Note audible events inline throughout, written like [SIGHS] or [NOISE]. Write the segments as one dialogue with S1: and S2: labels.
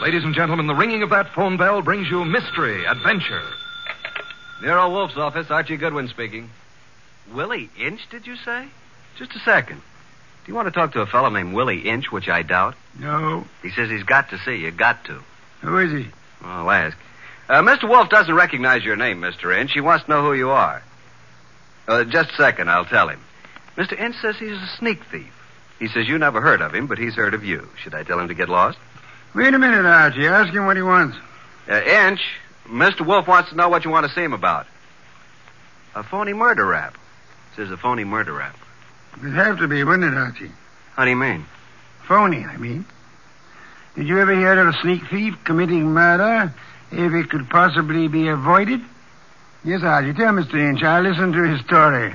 S1: Ladies and gentlemen, the ringing of that phone bell brings you mystery, adventure.
S2: Nero Wolf's office, Archie Goodwin speaking.
S3: Willie Inch, did you say?
S2: Just a second. Do you want to talk to a fellow named Willie Inch, which I doubt?
S4: No.
S2: He says he's got to see you. Got to.
S4: Who is he?
S2: I'll ask. Uh, Mr. Wolf doesn't recognize your name, Mr. Inch. He wants to know who you are. Uh, just a second, I'll tell him. Mr. Inch says he's a sneak thief. He says you never heard of him, but he's heard of you. Should I tell him to get lost?
S4: Wait a minute, Archie. Ask him what he wants.
S2: Uh, Inch, Mr. Wolf wants to know what you want to see him about. A phony murder rap. Says a phony murder rap.
S4: It'd have to be, wouldn't it, Archie?
S2: How do you mean?
S4: Phony, I mean. Did you ever hear of a sneak thief committing murder if it could possibly be avoided? Yes, Archie. Tell Mr. Inch. I'll listen to his story.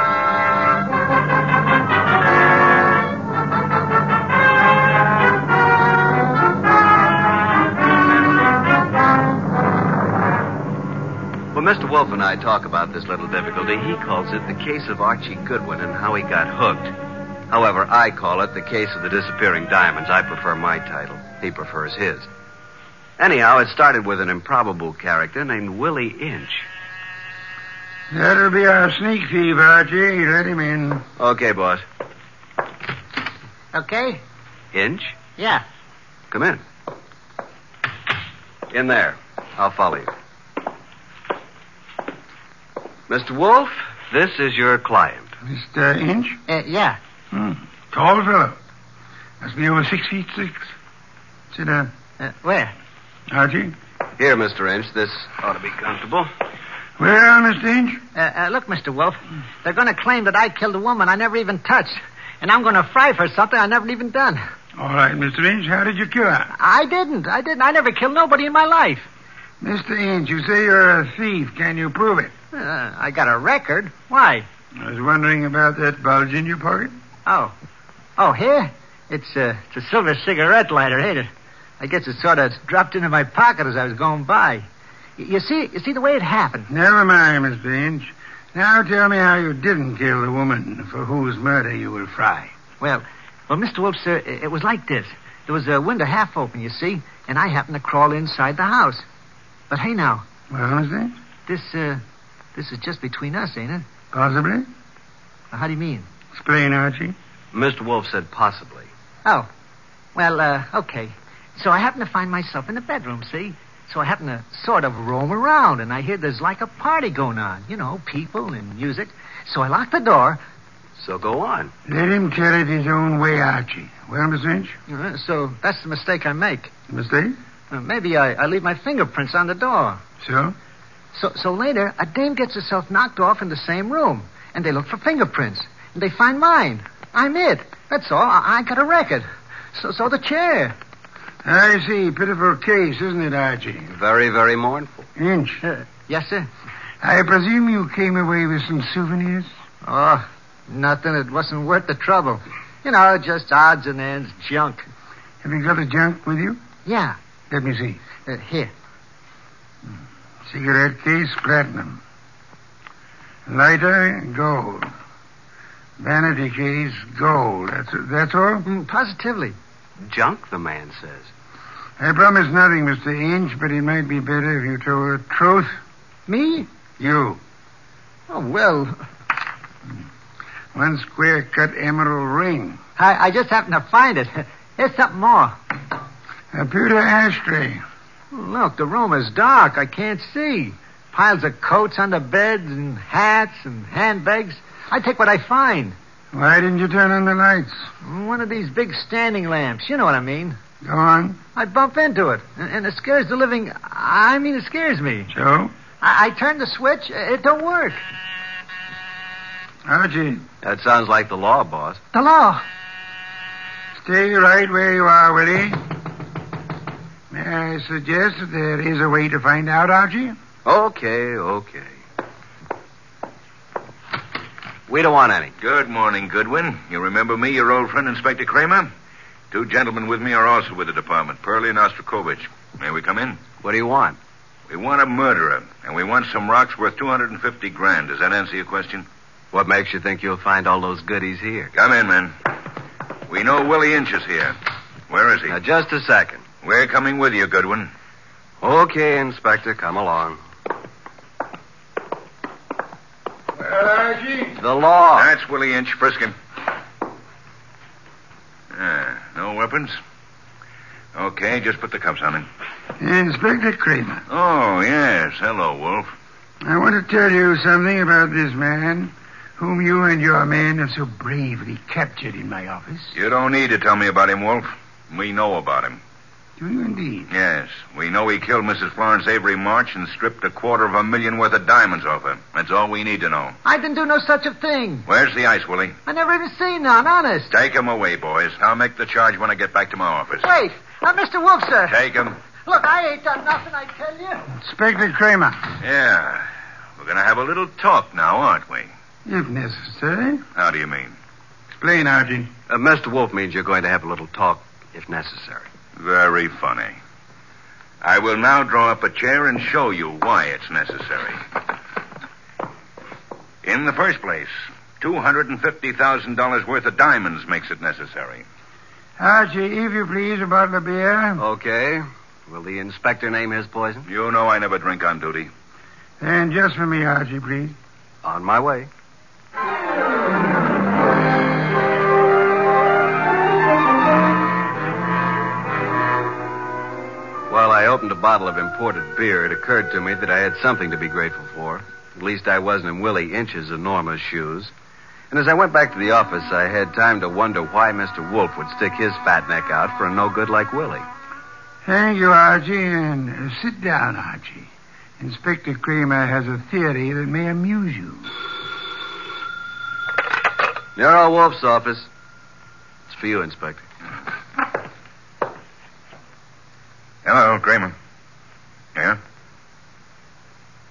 S2: Well, Mr. Wolf and I talk about this little difficulty. He calls it the case of Archie Goodwin and how he got hooked. However, I call it the case of the disappearing diamonds. I prefer my title. He prefers his. Anyhow, it started with an improbable character named Willie Inch.
S4: That'll be our sneak thief, Archie. Let him in.
S2: Okay, boss.
S5: Okay?
S2: Inch,
S5: Yeah.
S2: come in. In there. I'll follow you. Mr. Wolf, this is your client.
S4: Mr. Inch?
S5: Uh, yeah.
S4: Hmm. Tall fellow. Must be over six feet six. Sit down.
S5: Uh, where?
S4: Archie?
S2: Here, Mr. Inch, this ought to be comfortable.
S4: Well, Mr. Inch?
S5: Uh, uh, look, Mr. Wolf, they're going to claim that I killed a woman I never even touched. And I'm going to fry for something I never even done.
S4: All right, Mr. Inch. How did you kill her?
S5: I didn't. I didn't. I never killed nobody in my life.
S4: Mr. Inch, you say you're a thief. Can you prove it?
S5: Uh, I got a record. Why?
S4: I was wondering about that bulge in your pocket.
S5: Oh. Oh, here? It's, uh, it's a silver cigarette lighter, ain't it? I guess it sort of dropped into my pocket as I was going by. Y- You see, you see the way it happened.
S4: Never mind, Mr. Inch. Now tell me how you didn't kill the woman for whose murder you will fry.
S5: Well, well, Mr. Wolf, sir, it it was like this. There was a window half open, you see, and I happened to crawl inside the house. But hey, now,
S4: Well, Mr. Inch?
S5: this, uh, this is just between us, ain't it?
S4: Possibly?
S5: How do you mean?
S4: Explain, Archie.
S2: Mr. Wolf said possibly.
S5: Oh, well, uh, okay. So I happen to find myself in the bedroom, see? So I happen to sort of roam around, and I hear there's like a party going on. You know, people and music. So I lock the door.
S2: So go on.
S4: Let him tell it his own way, Archie. Well, Mr. Inch?
S5: Uh, So that's the mistake I make.
S4: Mistake?
S5: Uh, maybe I, I leave my fingerprints on the door.
S4: So?
S5: So, so later, a dame gets herself knocked off in the same room, and they look for fingerprints, and they find mine. I'm it. That's all. I, I got a record. So, so the chair.
S4: I see. Pitiful case, isn't it, Archie?
S2: Very, very mournful.
S4: Inch,
S5: Yes, sir.
S4: I presume you came away with some souvenirs?
S5: Oh, nothing. It wasn't worth the trouble. You know, just odds and ends, junk.
S4: Have you got a junk with you?
S5: Yeah.
S4: Let me see.
S5: Uh, here.
S4: Cigarette case, platinum. Lighter, gold. Vanity case, gold. That's, that's all?
S5: Mm, positively.
S2: Junk, the man says.
S4: I promise nothing, Mr. Inch, but it might be better if you told the truth.
S5: Me?
S4: You.
S5: Oh, well,
S4: One square cut emerald ring.
S5: I, I just happened to find it. [LAUGHS] Here's something more.
S4: A pewter ashtray.
S5: Look, the room is dark. I can't see. Piles of coats under beds and hats and handbags. I take what I find.
S4: Why didn't you turn on the lights?
S5: One of these big standing lamps. You know what I mean.
S4: Go on.
S5: I bump into it, and, and it scares the living. I mean, it scares me.
S4: So?
S5: I, I turn the switch. It don't work.
S4: Archie,
S2: That sounds like the law, boss.
S5: The law.
S4: stay right where you are, will you? May I suggest that there is a way to find out, Archie?
S2: Okay, okay. We don't want any.
S3: Good morning, Goodwin. You remember me, your old friend, Inspector Kramer? Two gentlemen with me are also with the department, Pearlie and Ostrakovich. May we come in?
S2: What do you want?
S3: We want a murderer, and we want some rocks worth 250 grand. Does that answer your question?
S2: What makes you think you'll find all those goodies here?
S3: Come in, men. We know Willie Inch is here. Where is he?
S2: Now, just a second.
S3: We're coming with you, Goodwin.
S2: Okay, Inspector, come along.
S4: Well, Archie.
S2: The law.
S3: That's Willie Inch. Frisk him. Ah, no weapons? Okay, just put the cuffs on him.
S4: Inspector Kramer,
S3: Oh, yes. Hello, Wolf.
S4: I want to tell you something about this man whom you and your men have so bravely captured in my office.
S3: You don't need to tell me about him, Wolf. We know about him.
S4: Do you indeed?
S3: Yes, we know he killed Mrs. Florence Avery March and stripped a quarter of a million worth of diamonds off her. That's all we need to know.
S5: I didn't do no such a thing.
S3: Where's the ice, Willie?
S5: I never even seen none, honest.
S3: Take him away, boys. I'll make the charge when I get back to my office.
S5: Wait. Now, Mr. Wolf, sir.
S3: Take him.
S5: Look, I ain't done nothing, I tell you.
S4: Inspector Kramer,
S3: Yeah. We're going to have a little talk now, aren't we?
S4: if necessary.
S3: How do you mean?
S4: Explain, Archie.
S2: Uh, Mr. Wolf means you're going to have a little talk if necessary.
S3: Very funny. I will now draw up a chair and show you why it's necessary. In the first place, $250,000 worth of diamonds makes it necessary.
S4: Archie, if you please, a bottle of beer.
S2: Okay. Will the inspector name his poison?
S3: You know I never drink on duty.
S4: And just for me, Archie, please.
S2: On my way. While I opened a bottle of imported beer, it occurred to me that I had something to be grateful for. At least I wasn't in Willie Inch's enormous shoes. And as I went back to the office, I had time to wonder why Mr. Wolf would stick his fat neck out for a no good like Willie.
S4: Thank you, Archie, and uh, sit down, Archie. Inspector Kramer has a theory that may amuse you.
S2: Nero Wolf's office. It's for you, Inspector.
S3: Hello, Kramer. Yeah?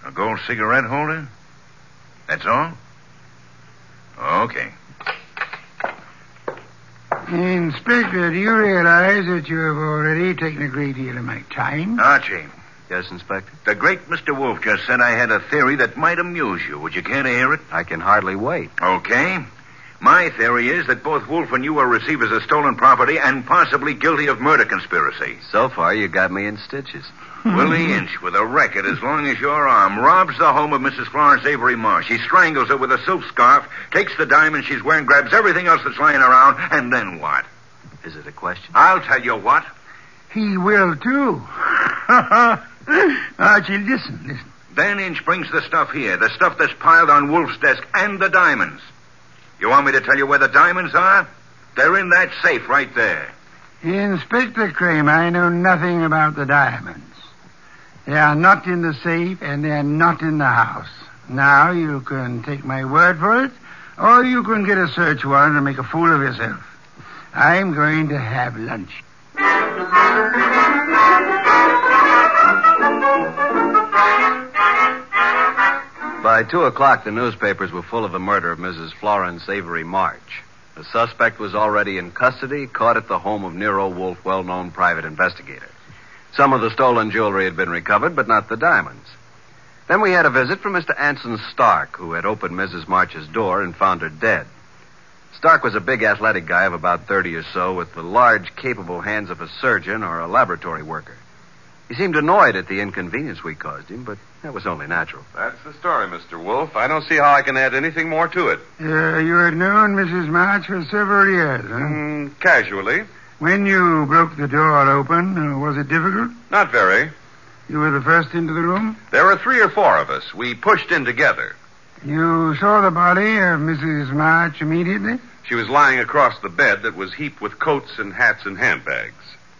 S3: A gold cigarette holder? That's all? Okay.
S4: Inspector, do you realize that you have already taken a great deal of my time?
S3: Archie,
S2: Yes, Inspector?
S3: the great Mr. Wolf just said I had a theory that might amuse you. Would you care to hear it?
S2: I can hardly wait.
S3: Okay. My theory is that both Wolf and you are receivers of stolen property and possibly guilty of murder conspiracy.
S2: [LAUGHS] So far, you got me in stitches.
S3: Willie Inch, with a record as long as your arm, robs the home of Mrs. Florence Avery Marsh. He strangles her with a silk scarf, takes the diamond she's wearing, grabs everything else that's lying around, and then what?
S2: Is it a question?
S3: I'll tell you what.
S4: He will, too. [LAUGHS] Archie, listen, listen.
S3: Then Inch brings the stuff here, the stuff that's piled on Wolf's desk, and the diamonds. You want me to tell you where the diamonds are? They're in that safe right there.
S4: Inspector Kramer, I know nothing about the diamonds. They are not in the safe, and they are not in the house. Now, you can take my word for it, or you can get a search warrant and make a fool of yourself. I'm going to have lunch.
S2: By two o'clock, the newspapers were full of the murder of Mrs. Florence Avery March. The suspect was already in custody, caught at the home of Nero Wolf, well known private investigator. Some of the stolen jewelry had been recovered, but not the diamonds. Then we had a visit from Mr. Anson Stark, who had opened Mrs. March's door and found her dead. Stark was a big, athletic guy of about 30 or so, with the large, capable hands of a surgeon or a laboratory worker. He seemed annoyed at the inconvenience we caused him, but that was only natural.
S1: That's the story, Mr. Wolf. I don't see how I can add anything more to it.
S4: Uh, you had known Mrs. March for several years, huh?
S1: Mm, casually.
S4: When you broke the door open, uh, was it difficult?
S1: Not very.
S4: You were the first into the room?
S1: There were three or four of us. We pushed in together.
S4: You saw the body of Mrs. March immediately?
S1: She was lying across the bed that was heaped with coats and hats and handbags.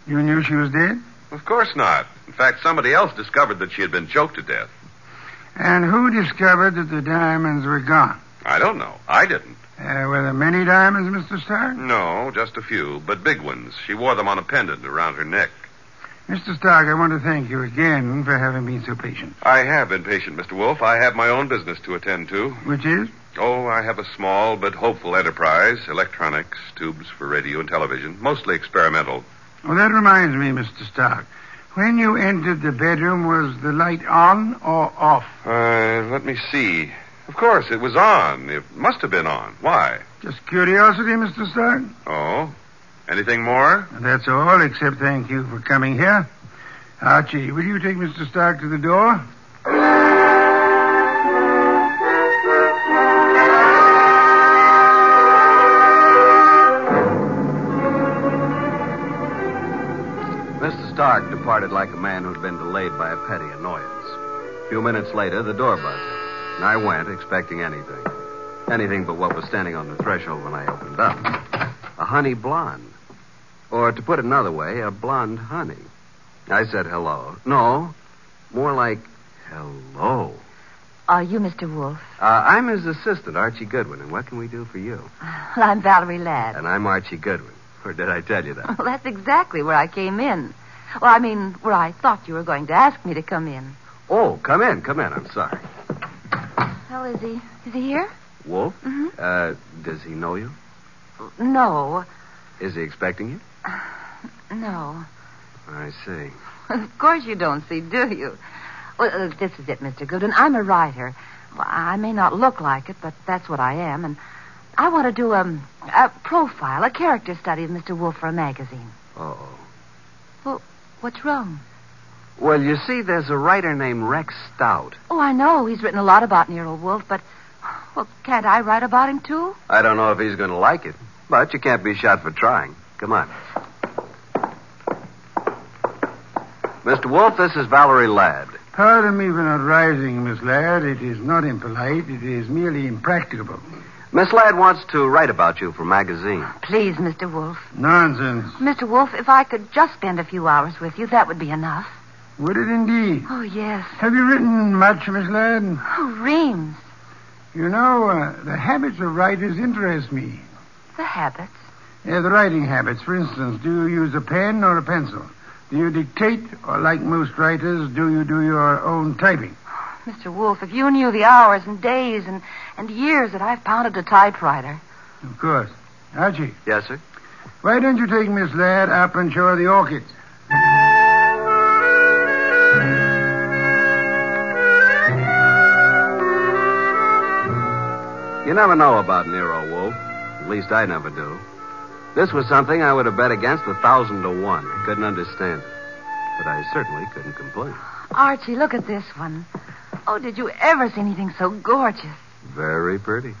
S4: You knew she was dead?
S1: Of course not. In fact, somebody else discovered that she had been choked to death.
S4: And who discovered that the diamonds were gone?
S6: I don't know. I didn't.
S4: Uh, were there many diamonds, Mr. Stark?
S6: No, just a few, but big ones. She wore them on a pendant around her neck.
S4: Mr. Stark, I want to thank you again for having been so patient.
S6: I have been patient, Mr. Wolf. I have my own business to attend to.
S4: Which is?
S6: Oh, I have a small but hopeful enterprise electronics, tubes for radio and television, mostly experimental.
S4: Well, that reminds me, Mr. Stark. When you entered the bedroom, was the light on or off?
S6: Uh, let me see. Of course, it was on. It must have been on. Why?
S4: Just curiosity, Mr. Stark?
S6: Oh? Anything more?
S4: That's all, except thank you for coming here. Archie, will you take Mr. Stark to the door?
S2: Mr. Stark departed like a man who'd been delayed by a petty annoyance. A few minutes later, the door buzzed, and I went, expecting anything. Anything but what was standing on the threshold when I opened up. A honey blonde. Or, to put it another way, a blonde honey. I said hello. No, more like hello.
S7: Are you Mr. Wolf?
S2: Uh, I'm his assistant, Archie Goodwin, and what can we do for you?
S7: Well, I'm Valerie Ladd.
S2: And I'm Archie Goodwin. Or did I tell you that?
S7: Well, that's exactly where I came in. Well, I mean, where I thought you were going to ask me to come in.
S2: Oh, come in, come in. I'm sorry.
S7: Well, is he is he here?
S2: Wolf?
S7: Mhm.
S2: Uh, does he know you?
S7: No,
S2: Is he expecting you?
S7: [SIGHS] no.
S2: I see.
S7: Of course you don't see, do you? Well, uh, this is it, Mr. Gooden. I'm a writer. Well, I may not look like it, but that's what I am, and I want to do um, a profile, a character study of Mr. Wolf for a magazine.
S2: Oh.
S7: What's wrong?
S2: Well, you see, there's a writer named Rex Stout.
S7: Oh, I know he's written a lot about Nero Wolf, but well, can't I write about him too?
S2: I don't know if he's going to like it, but you can't be shot for trying. Come on. Mr. Wolf, this is Valerie Ladd.
S4: Pardon me for not rising, Miss Laird. It is not impolite. It is merely impracticable.
S2: Miss Ladd wants to write about you for a magazine.
S7: Please, Mr. Wolf.
S4: Nonsense.
S7: Mr. Wolf, if I could just spend a few hours with you, that would be enough.
S4: Would it indeed?
S7: Oh, yes.
S4: Have you written much, Miss Laird?
S7: Oh, Reams.
S4: You know, uh, the habits of writers interest me.
S7: The habits.
S4: Yeah, the writing habits, for instance. Do you use a pen or a pencil? Do you dictate, or like most writers, do you do your own typing?
S7: Mr. Wolf, if you knew the hours and days and, and years that I've pounded a typewriter.
S4: Of course. Archie,
S2: Yes, sir?
S4: why don't you take Miss Laird up and show her the orchids?
S2: You never know about Nero Wolf. At least I never do. This was something I would have bet against a thousand to one. I couldn't understand it. But I certainly couldn't complain.
S7: Archie, look at this one. Oh, did you ever see anything so gorgeous?
S2: Very pretty.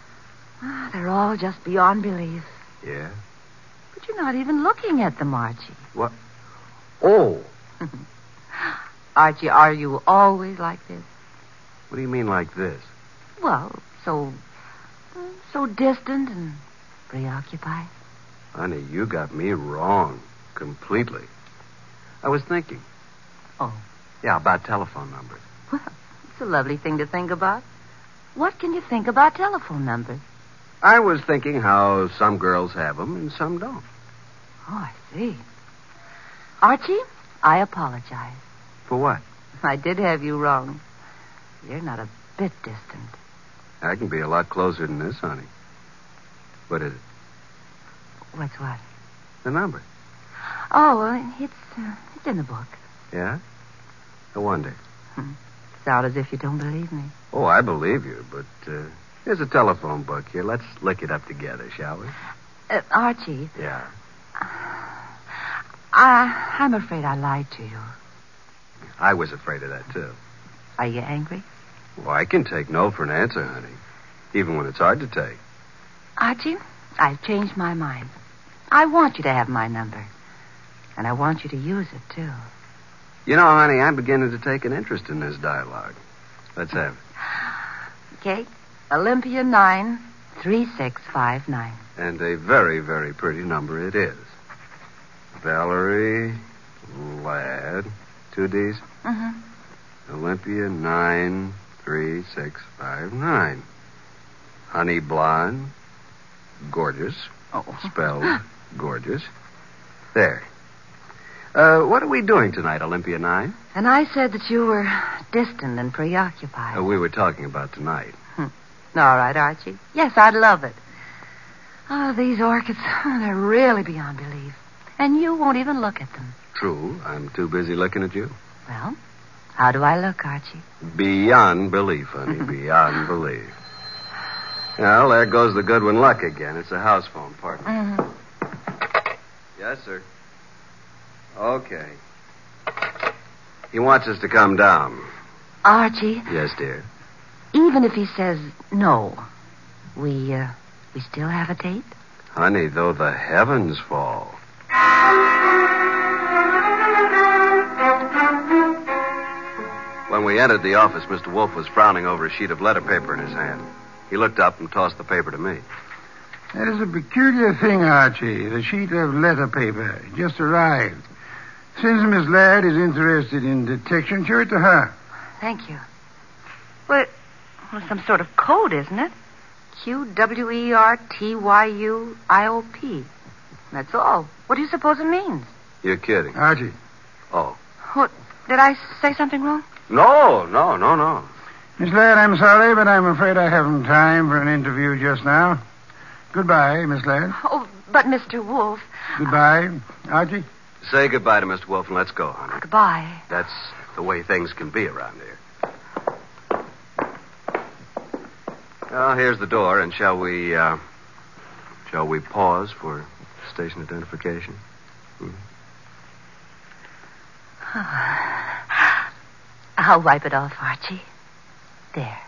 S7: Ah, they're all just beyond belief.
S2: Yeah.
S7: But you're not even looking at them, Archie.
S2: Oh.
S7: Mm-hmm. Archie, are you always like this?
S2: What do you mean like this?
S7: Well, so so distant and preoccupied.
S2: Honey, you got me wrong. Completely. I was thinking.
S7: Oh.
S2: Yeah, about telephone numbers.
S7: It's a lovely thing to think about. What can you think about telephone numbers?
S2: I was thinking how some girls have them and some don't.
S7: Oh, I see. Archie, I apologize.
S2: For what?
S7: I did have you wrong. You're not a bit distant.
S2: I can be a lot closer than this, honey. What is it?
S7: What's what?
S2: The number.
S7: Oh, well, it's uh, it's in the book.
S2: Yeah? No wonder.
S7: Sound as if you don't believe me.
S2: Oh, I believe you, but uh, here's a telephone book here. Let's lick it up together, shall we?
S7: Uh, Archie,
S2: Yeah.
S7: I I'm afraid I lied to you.
S2: I was afraid of that, too.
S7: Are you angry,
S2: Well, I can take no for an answer, honey, even when it's hard to take.
S7: Archie? I've changed my mind. I want you to have my number, and I want you to use it too.
S2: You know, honey, I'm beginning to take an interest in this dialogue. Let's have it.
S7: Okay, Olympia nine three six five nine.
S2: And a very, very pretty number it is. Valerie Ladd, two D's,
S7: Mm-hmm.
S2: Olympia 93659. Honey blonde. Gorgeous.
S7: Oh.
S2: Spelled gorgeous. There. Uh, what are we doing tonight, Olympia and I?
S7: And I said that you were distant and preoccupied.
S2: Uh, we were talking about tonight.
S7: All right, Archie. Yes, I'd love it. Oh, these orchids, they're really beyond belief. And you won't even look at them.
S2: True, I'm too busy looking at you.
S7: Well, how do I look, Archie?
S2: Beyond belief, honey. beyond belief. Well, there goes the Goodwin luck again. It's a house phone, partner.
S7: Mm-hmm.
S2: Yes, sir. Okay. He wants us to come down.
S7: Archie,
S2: Yes, dear.
S7: even if he says no, we, uh, we still have a date?
S2: Honey, though the heavens fall. When we entered the office, Mr. Wolf was frowning over a sheet of letter paper in his hand. He looked up and tossed the paper to me.
S4: There's a peculiar thing, Archie. The sheet of letter paper just arrived. Since Miss Laird is interested in detection, show it to her.
S7: Thank you. Well, well some sort of code, isn't it? Q W E R T Y U I O P. That's all. What do you suppose it means?
S2: You're kidding.
S4: Archie,
S2: Oh.
S7: What? Did I say something wrong?
S2: No, no, no, no.
S4: Miss Laird, I'm sorry, but I'm afraid I haven't time for an interview just now. Goodbye, Miss Laird.
S7: Oh, but Mr. Wolf.
S4: Goodbye, Archie.
S2: Say goodbye to Mr. Wolf and let's go, honey.
S7: Goodbye.
S2: That's the way things can be around here. Well, here's the door, and shall we, uh, shall we pause for station identification?
S7: [SIGHS] I'll wipe it off, Archie. There.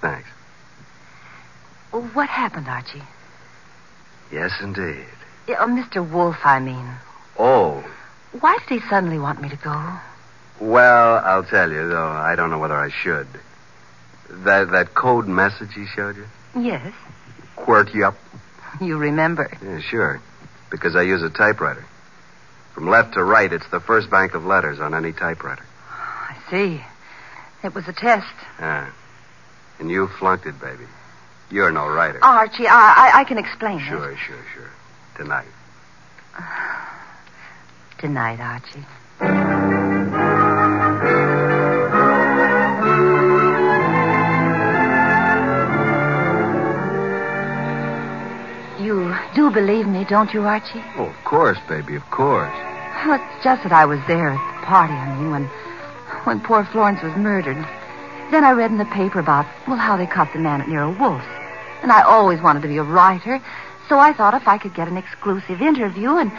S2: Thanks.
S7: Oh, What happened, Archie?
S2: Yes, indeed.
S7: Yeah, oh, Mr. Wolf, I mean.
S2: Oh,
S7: Why did he suddenly want me to go?
S2: well, I'll tell you, though I don't know whether I should. That, that code message he showed you?
S7: Yes,
S2: Quirk you up?
S7: you remember.
S2: Yeah, sure. Because I use a typewriter. From left to right, it's the first bank of letters on any typewriter.
S7: I see. It was a test.
S2: Ah. And you flunked it, baby. You're no writer.
S7: Oh, Archie, I, I, I can explain this.
S2: Sure, sure, sure. Tonight.
S7: Tonight, Archie. You do believe me, don't you, Archie?
S2: Oh, of course, baby, of course.
S7: Well, it's just that I was there at the party, I mean, when, when poor Florence was murdered. Then I read in the paper about, well, how they caught the man at Nero Wolf's. And I always wanted to be a writer, so I thought if I could get an exclusive interview and,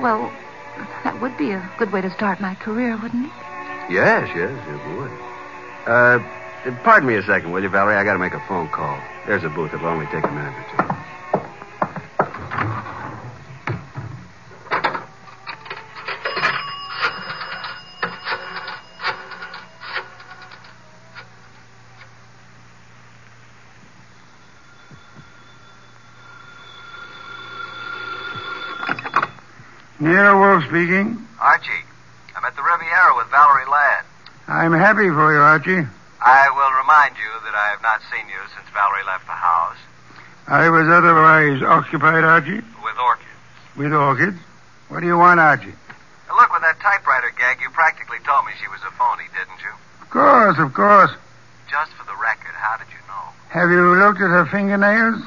S7: well, that would be a good way to start my career, wouldn't it?
S2: Yes, yes, it would. Uh, pardon me a second, will you, Valerie? I gotta make a phone call. There's a booth. It'll only take a minute or two.
S4: Nero Wolf speaking.
S2: Archie, I'm at the Riviera with Valerie Ladd.
S4: I'm happy for you, Archie.
S2: I will remind you that I have not seen you since Valerie left the house
S4: I was otherwise occupied, Archie,
S2: with Orchid.
S4: with orchids. What do you want, Archie?
S2: And look, with that typewriter gag, you practically told me she was a phony, didn't you?
S4: Of course, of course.
S2: Just for the record, how did you know?
S4: Have you looked at her fingernails?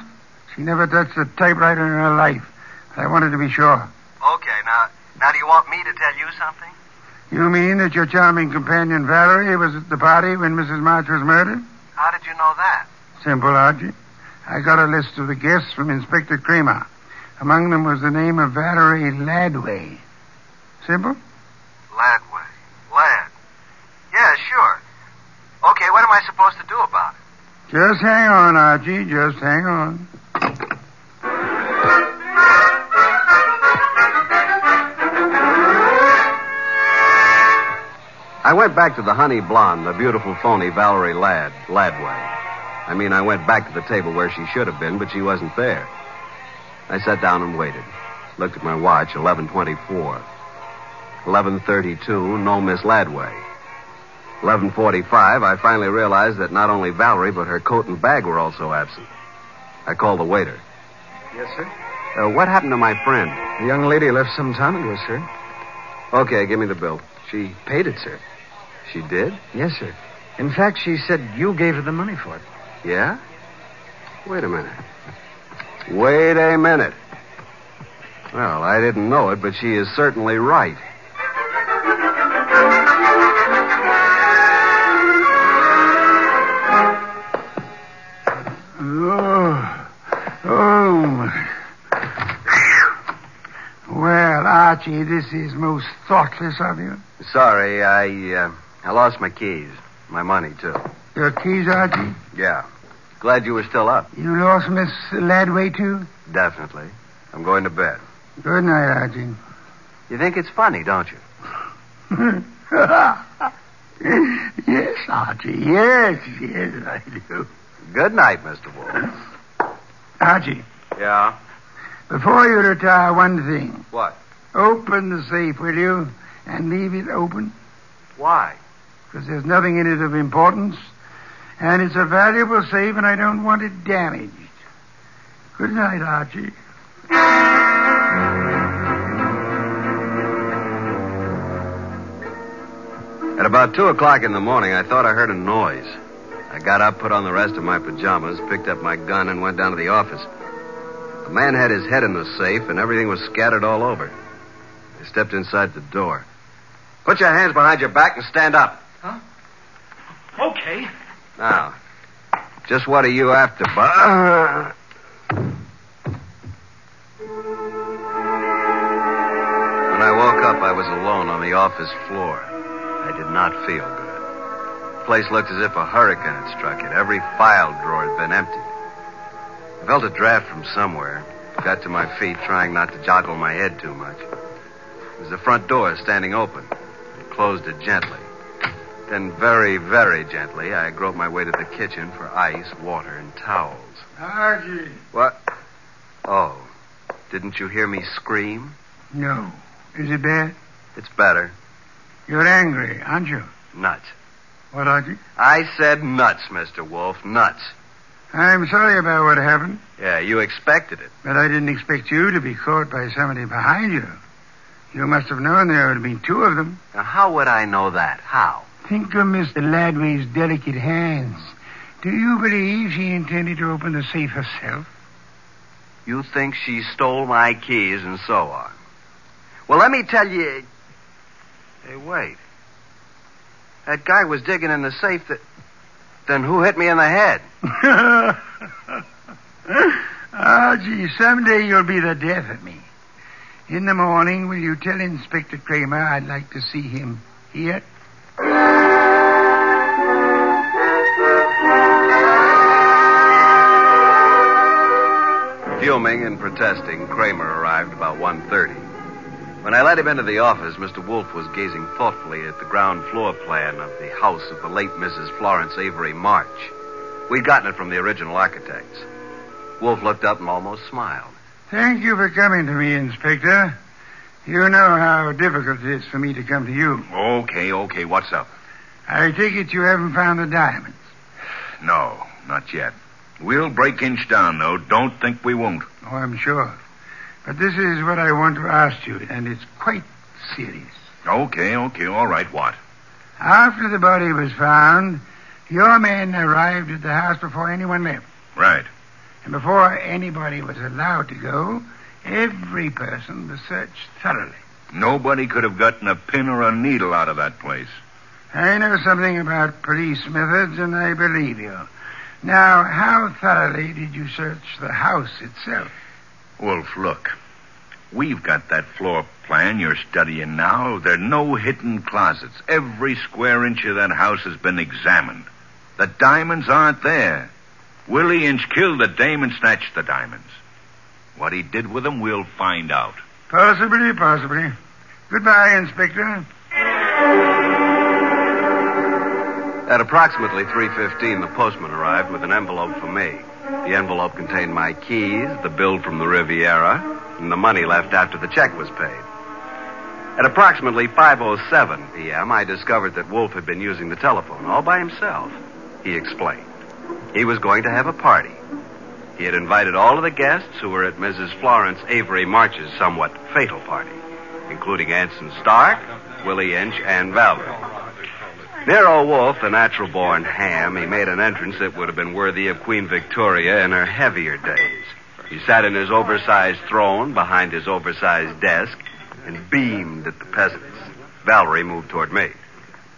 S4: She never touched a typewriter in her life. I wanted to be sure.
S2: Okay, now, now do you want me to tell you something?
S4: You mean that your charming companion Valerie was at the party when Mrs. March was murdered?
S2: How did you know that?
S4: Simple, Archie. I got a list of the guests from Inspector Kramer. Among them was the name of Valerie Ladway. Simple?
S2: Ladway. Lad. Yeah, sure. Okay, what am I supposed to do about it?
S4: Just hang on, Archie. Just hang on.
S2: I went back to the honey blonde, the beautiful phony Valerie Ladd, Ladway. I mean, I went back to the table where she should have been, but she wasn't there. I sat down and waited. Looked at my watch, 11.24. 11.32, no Miss Ladway. 11:45, I finally realized that not only Valerie but her coat and bag were also absent. I called the waiter.
S5: Yes, sir.
S2: Uh, what happened to my friend?
S5: The young lady left some time ago, sir.
S2: Okay, give me the bill.
S5: She paid it, sir.
S2: She did?
S5: Yes, sir. In fact, she said you gave her the money for it.
S2: Yeah? Wait a minute. Wait a minute. Well, I didn't know it, but she is certainly right.
S4: Oh, oh. my. Well, Archie, this is most thoughtless of you.
S2: Sorry, I uh, I lost my keys. My money, too.
S4: Your keys, Archie?
S2: Yeah. Glad you were still up.
S4: You lost Miss Ladway, too?
S2: Definitely. I'm going to bed.
S4: Good night, Archie. [LAUGHS]
S2: You think it's funny, don't you?
S4: yes, Archie. Yes, yes, I do.
S2: Good night, Mr. Wolf.
S4: Archie,
S2: Yeah?
S4: before you retire, one thing.
S2: What?
S4: Open the safe, will you? And leave it open,
S2: Why?
S4: because there's nothing in it of importance. And it's a valuable safe, and I don't want it damaged. Good night, Archie.
S2: At about 2 o'clock in the morning, I thought I heard a noise. I got up, put on the rest of my pajamas, picked up my gun, and went down to the office. The man had his head in the safe, and everything was scattered all over. I stepped inside the door. Put your hands behind your back and stand up.
S5: Okay.
S2: Now, just what are you after, Bob? When I woke up, I was alone on the office floor. I did not feel good. The place looked as if a hurricane had struck it. Every file drawer had been emptied. I felt a draft from somewhere. Got to my feet, trying not to joggle my head too much. It was the front door standing open. I closed it gently. Then, very, very gently, I groped my way to the kitchen for ice, water, and towels.
S4: Archie.
S2: What? Oh, didn't you hear me scream?
S4: No. Is it bad?
S2: It's better.
S4: You're angry, aren't you?
S2: Nuts.
S4: What, Archie?
S2: I said nuts, Mr. Wolf. Nuts.
S4: I'm sorry about what happened,
S2: Yeah, you expected it.
S4: but I didn't expect you to be caught by somebody behind you. You must have known there would be two of them.
S2: Now, how would I know that? How?
S4: Think of Miss Ladway's delicate hands. Do you believe she intended to open the safe [LAUGHS] herself?
S2: You think she stole my keys and so on. Well, let me tell you. Hey, wait. That guy was digging in the safe that. Then who hit me in the head?
S4: Ah, gee, someday you'll be the death of me. In the morning, will you tell Inspector Kramer I'd like to see him here?
S2: Fuming and protesting, Kramer arrived about 1.30. When I let him into the office, Mr. Wolf was gazing thoughtfully at the ground floor plan of the house of the late Mrs. Florence Avery March. We'd gotten it from the original architects. Wolf looked up and almost smiled.
S4: Thank you for coming to me, Inspector. You know how difficult it is for me to come to you.
S3: Okay, okay. What's up?
S4: I take it you haven't found the diamonds.
S3: No, not yet. We'll break inch down, though. Don't think we won't.
S4: Oh, I'm sure. But this is what I want to ask you, and it's quite serious.
S3: Okay, okay. All right. What?
S4: After the body was found, your men arrived at the house before anyone left.
S3: Right.
S4: And before anybody was allowed to go, every person was searched thoroughly.
S3: Nobody could have gotten a pin or a needle out of that place.
S4: I know something about police methods, and I believe you. Now, how thoroughly did you search the house itself?
S3: Wolf, look. We've got that floor plan you're studying now. There are no hidden closets. Every square inch of that house has been examined. The diamonds aren't there. Willie Inch killed the dame and snatched the diamonds. What he did with them, we'll find out.
S4: Possibly, possibly. Goodbye, Inspector.
S2: At approximately 3.15, the postman arrived with an envelope for me. The envelope contained my keys, the bill from the Riviera, and the money left after the check was paid. At approximately 5.07 p.m., I discovered that Wolf had been using the telephone all by himself. He explained. He was going to have a party. He had invited all of the guests who were at Mrs. Florence Avery March's somewhat fatal party, including Anson Stark, Willie Inch, and Valerie. Nero Wolf, the natural born ham, he made an entrance that would have been worthy of Queen Victoria in her heavier days. He sat in his oversized throne behind his oversized desk and beamed at the peasants. Valerie moved toward me.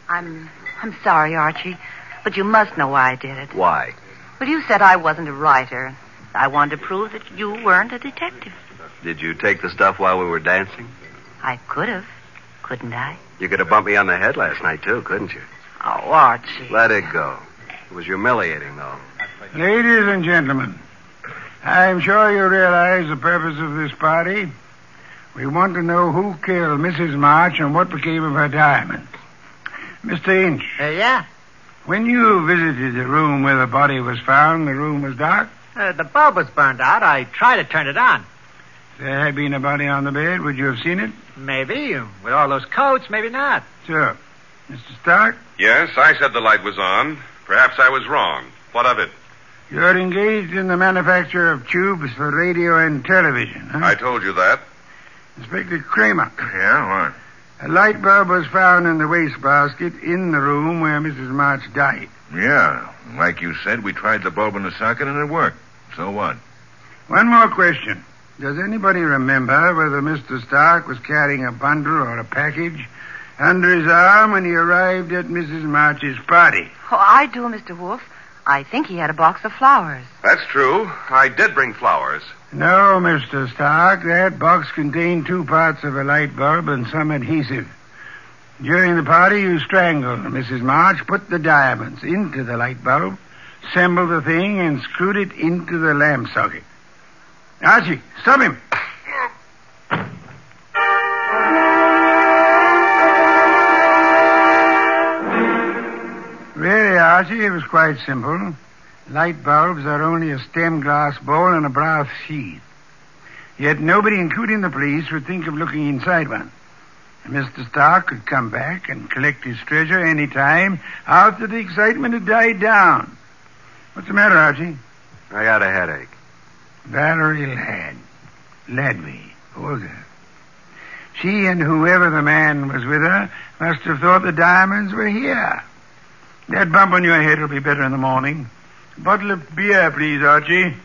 S7: I'm I'm sorry, Archie, but you must know why I did it.
S2: Why?
S7: Well, you said I wasn't a writer. I wanted to prove that you weren't a detective.
S2: Did you take the stuff while we were dancing?
S7: I could have, couldn't I?
S2: You could have bumped me on the head last night, too, couldn't you?
S7: Oh, Archie.
S2: Let it go. It was humiliating, though.
S4: Ladies and gentlemen, I'm sure you realize the purpose of this party. We want to know who killed Mrs. March and what became of her diamonds. Mr. Inch,
S5: Uh, yeah,
S4: when you visited the room where the body was found, the room was dark.
S5: uh, the bulb was burned out. I tried to turn it on.
S4: If there had been a body on the bed, would you have seen it?
S5: Maybe. With all those coats, maybe not.
S4: Sure. Mr. Stark,
S6: Yes, I said the light was on. Perhaps I was wrong. What of it?
S4: you're engaged in the manufacture of tubes for radio and television, huh?
S6: I told you that.
S4: Inspector Kramer,
S3: Yeah, what?
S4: a light bulb was found in the wastebasket in the room where Mrs. March died.
S3: Yeah. Like you said, we tried the bulb in the socket and it worked. So what?
S4: One more question. Does anybody remember whether Mr. Stark was carrying a bundle or a package under his arm when he arrived at Mrs. March's party?
S7: Oh, I do, Mr. Wolf. I think he had a box of flowers.
S6: That's true. I did bring flowers.
S4: No, Mr. Stark. That box contained two parts of a light bulb and some adhesive. During the party, you strangled Mrs. March, put the diamonds into the light bulb, assembled the thing, and screwed it into the lamp socket. Archie, stop him. Really, Archie, it was quite simple. Light bulbs are only a stem glass bowl and a brass sheath. Yet nobody, including the police, would think of looking inside one. Mr. Stark could come back and collect his treasure any time after the excitement had died down. What's the matter, Archie?
S2: I got a headache.
S4: Valerie Ladd. Ladby. Olga. She and whoever the man was with her must have thought the diamonds were here. That bump on your head will be better in the morning. Bottle of beer, please, Archie.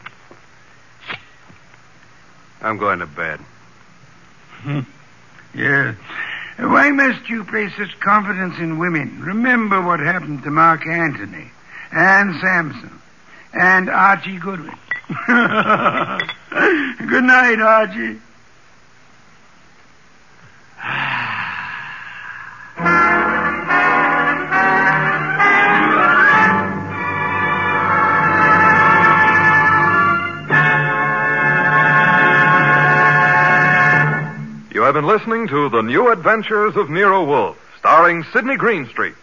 S2: I'm going to bed.
S4: Yes. Hmm. Why must you place such confidence in women? Remember what happened to Mark Antony and Samson and Archie Goodwin. [LAUGHS] Good night, Archie.
S1: You have been listening to The New Adventures of Nero Wolf, starring Sidney Greenstreet.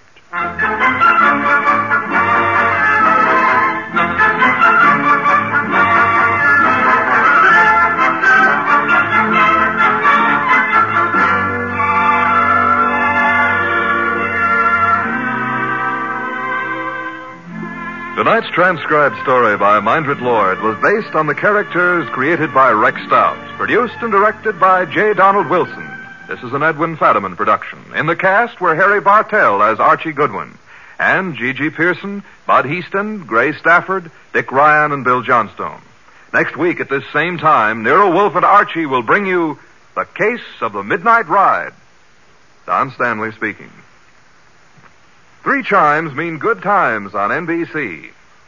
S1: Tonight's transcribed story by Mindred Lord was based on the characters created by Rex Stout, produced and directed by J. Donald Wilson. This is an Edwin Fadiman production. In the cast were Harry Bartell as Archie Goodwin, and G.G. Pearson, Bud Heaston, Gray Stafford, Dick Ryan, and Bill Johnstone. Next week at this same time, Nero Wolf and Archie will bring you The Case of the Midnight Ride. Don Stanley speaking. Three chimes mean good times on NBC.